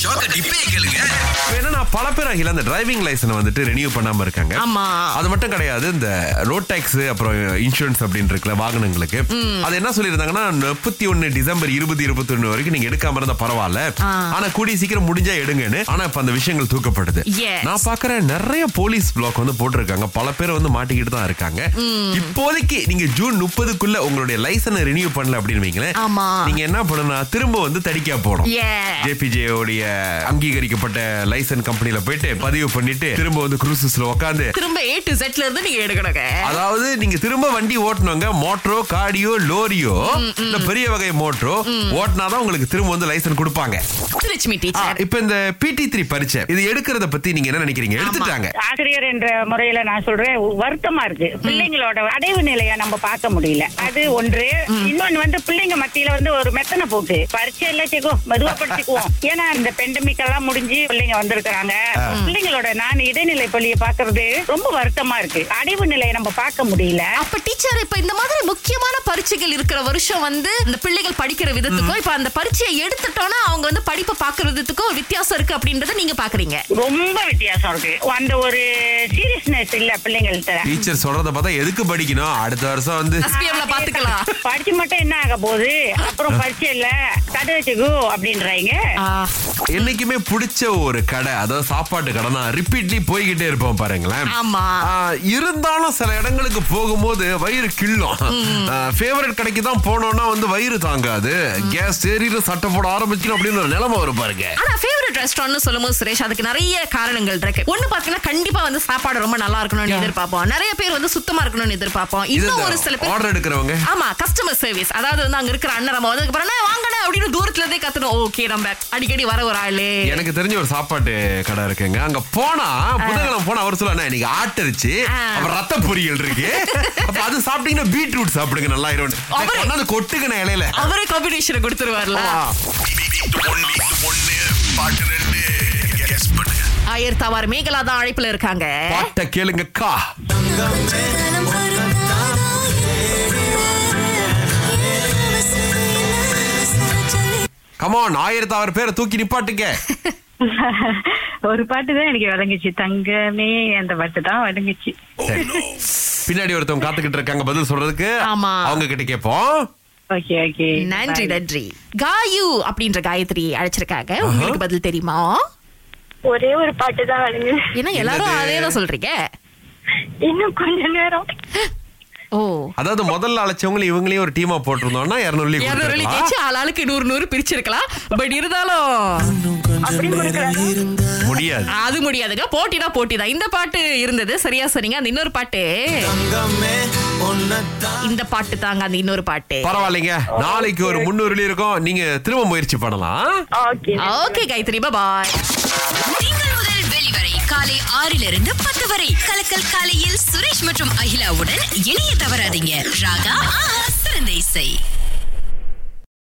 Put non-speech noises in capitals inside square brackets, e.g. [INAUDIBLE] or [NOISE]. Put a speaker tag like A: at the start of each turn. A: ஷோக்க டிப்பே கேளுங்க
B: என்னன்னா பல பேர் அகில அந்த டிரைவிங் லைசனை வந்துட்டு ரெனியூ பண்ணாம இருக்காங்க
C: ஆமா.
B: அது மட்டும் கிடையாது இந்த ரோட் டேக்ஸ் அப்புறம் இன்சூரன்ஸ் அப்படின்னு இருக்குல்ல வாகனங்களுக்கு அது என்ன சொல்லியிருந்தாங்கன்னா முப்பத்தி ஒன்னு டிசம்பர் இருபது இருபத்தி ஒண்ணு வரைக்கும் நீங்க எடுக்காம இருந்தா பரவாயில்ல ஆனா கூடிய சீக்கிரம் முடிஞ்சா எடுங்கன்னு ஆனா இப்ப அந்த விஷயங்கள் தூக்கப்படுது
C: Yes.
B: நான் பாக்குறேன் நிறைய போலீஸ் பிளாக் வந்து போட்டிருக்காங்க பல பேர் வந்து மாட்டிக்கிட்டு தான் இருக்காங்க இப்போதைக்கு நீங்க ஜூன் முப்பதுக்குள்ள உங்களுடைய லைசனை ரெனியூ பண்ணல அப்படின்னு வைங்களேன்
C: ஆமா.
B: நீங்க என்ன பண்ணணும்னா திரும்ப வந்து தடிக்கா போகணும்
C: Yeah.
B: ஜேபிஜே உடைய அங்கீகரிக்கப்பட்ட லைசன் கம்பெனில போயிட்டு பதிவு பண்ணிட்டு திரும்ப வந்து குரூசஸ்ல உட்காந்து
C: திரும்ப ஏ டு செட்ல இருந்து நீங்க எடுக்கணுங்க
B: அதாவது நீங்க திரும்ப வண்டி ஓட்டணுங்க மோட்டரோ காடியோ லோரியோ இல்ல பெரிய வகை மோட்டரோ ஓட்டினாதான் உங்களுக்கு திரும்ப வந்து லைசன்ஸ் கொடுப்பாங்க
C: திருச்சி
B: ஆ,
C: டீச்சர்
B: இப்ப இந்த பிடி த்ரீ பரீட்சை இது எடுக்கிறத பத்தி நீங்க என்ன நினைக்கிறீங்க எடுத்துட்டாங்க
D: ஆசிரியர் என்ற முறையில நான் சொல்றேன் வருத்தமா இருக்கு பிள்ளைங்களோட அடைவு நிலைய நம்ம பார்க்க முடியல அது ஒன்று இன்னொன்னு வந்து பிள்ளைங்க மத்தியில வந்து ஒரு மெத்தனை போட்டு பரீட்சை எல்லாத்தையும் மெதுவா படிச்சுக்குவோம் ஏன்னா இந்த பெண்டமிக் எல்லாம் முடிஞ்சு பிள்ளைங்க வந்திருக்கிறாங்க பிள்ளைங்களோட நான் இடைநிலை பள்ளியை பாக்குறது ரொம்ப வருத்தமா இருக்கு அடைவு நிலையை நம்ம பார்க்க முடியல
C: அப்ப டீச்சர் இப்ப இந்த மாதிரி முக்கியமான பரீட்சைகள் இருக்கிற வருஷம் வந்து இந்த பிள்ளைகள் படிக்கிற விதத்துக்கும் இப்ப அந்த பரீட்சையை எடுத்துட்டோம்னா அவங்க வந்து படிப்பை பாக்குறதுக்கும் ஒரு வித்தியாசம் இருக்கு அப்படின்றத நீங்க பாக்குறீங்க
D: ரொம்ப வித்தியாசம் இருக்கு அந்த ஒரு சீரியஸ்னஸ் இல்ல பிள்ளைங்கள்ட்ட
B: டீச்சர் சொல்றத பார்த்தா எதுக்கு படிக்கணும் அடுத்த வருஷம் வந்து
C: எஸ்பிஎம்ல பாத்துக்கலாம்
D: படிச்சு மட்டும் என்ன ஆக போகுது அப்புறம் பரீட்சை இல்ல தடு வச்சுக்கோ அப்படின்றாங்க
C: ஆ.
B: என்னைக்குமே பிடிச்ச ஒரு கடை அதாவது சாப்பாட்டு கடை நான் ரிப்பீட்லி போய்கிட்டே இருப்போம் பாருங்களேன்
C: ஆமா.
B: ஆ, இருந்தாலும் சில இடங்களுக்கு போகும்போது வயிறு கிள்ளும் ஃபேவரட் கடைக்கு தான் போனோம்னா வந்து வயிறு தாங்காது கேஸ் ஏறிட்டு சட்டை போட ஆரம்பிச்சிடும் அப்படின்னு ஒரு நிலைமை வரும் பாருங்க
C: ஆனா ஃபேவரட் ரெஸ்டாரன்ட் சொல்லும்போது சுரேஷ் அதுக்கு நிறைய காரணங்கள் இருக்கு ஒண்ணு பாத்தீங்கன்னா கண்டிப்பா வந்து சாப்பாடு ரொம்ப நல்லா இருக்கணும்னு எதிர்பார்ப்போம் நிறைய பேர் வந்து சுத்தமா இருக்கணும்னு எதிர்பார்ப்போம் இன்னும் ஒரு சில பேர்
B: ஆர்டர் எடுக்கிறவங்க
C: ஆமா கஸ்டமர் சர்வீஸ் அதாவது வந்து அங்க இருக்கிற அண்ணன் நம்ம வந்ததுக்கு அப்புறம் வாங்கணும் அப்படின்னு தூரத்துல இருந்தே கத்தணும் ஓகே நம்ம அடிக்கடி வர ஒரு ஆளு
B: எனக்கு தெரிஞ்ச ஒரு சாப்பாட்டு கடை இருக்குங்க அங்க போனா புதன்கிழமை போனா அவர் சொல்லுவாங்க இன்னைக்கு ஆட்டரிச்சு
C: ஆ.
B: அப்புறம் ரத்த பொரியல் இருக்கு அப்ப அது சாப்பிட்டீங்கன்னா பீட்ரூட் சாப்பிடுங்க நல்லா
C: அவரு-
B: இருக்கும் கொட்டுக்கணும் இலையில
C: அவரே காம்பினேஷனை கொடுத்துருவார்ல
B: ஆ.
A: ஒன்னு ஒன்னு பாட்டு ரெண்டு கெஸ் பண்ணுங்க
C: ஆயர் தவார் மேகலா தான் அழைப்புல இருக்காங்க
B: பாட்டை கேளுங்க கா கமான் ஆயிரத்தி ஆறு பேரை தூக்கி நிப்பாட்டுங்க
D: [LAUGHS] ஒரு பாட்டு தான் எனக்கு வழங்குச்சு தங்கமே அந்த பாட்டு தான் வழங்குச்சு
B: பின்னாடி ஒருத்தவங்க காத்துக்கிட்டு இருக்காங்க பதில் சொல்றதுக்கு
C: ஆமா.
B: அவங்க கிட்ட கேட்போம்
D: ஓகே ஓகே
C: நன்றி நன்றி காயு அப்படின்ற காயத்ரி அழைச்சிருக்காங்க உங்களுக்கு பதில் தெரியுமா
E: ஒரே ஒரு பாட்டு தான் வழங்கு
C: ஏன்னா எல்லாரும்
B: என்னது?
C: அதே தான் சொல்றீங்க
E: இன்னும் கொஞ்ச நேரம்
C: ஓ
B: அதாவது முதல்ல அழைச்சவங்களும் இவங்களையும் ஒரு டீமா போட்டிருந்தோம்னா இருநூறு
C: இருநூறு வெள்ளி ஜெயிச்சு ஆள் ஆளுக்கு நூறு நூறு பிரிச்சிருக்கலாம் பட் இருந்தாலும்
E: அப்படி கொடுக்கலாம்
B: முடியாது
C: அது முடியாதுங்க போட்டினா போட்டிதான் இந்த பாட்டு இருந்தது சரியா சரிங்க அந்த இன்னொரு பாட்டு இந்த பாட்டு தாங்க அந்த இன்னொரு பாட்டு
B: பரவாயில்லைங்க நாளைக்கு ஒரு முந்நூறு வெள்ளி இருக்கும் நீங்க திரும்ப முயற்சி பண்ணலாம்
E: ஓகே
C: ஓகே காயத்ரி பாய்
F: திங்கள் முதல் வெளிவரை காலை ஆறிலிருந்து பத்து வரை கலக்கல் காலையில் சுரேஷ் மற்றும் அகிலாவுடன் இணைய தவறாதீங்க ராகா ஆஹா சிறந்த இசை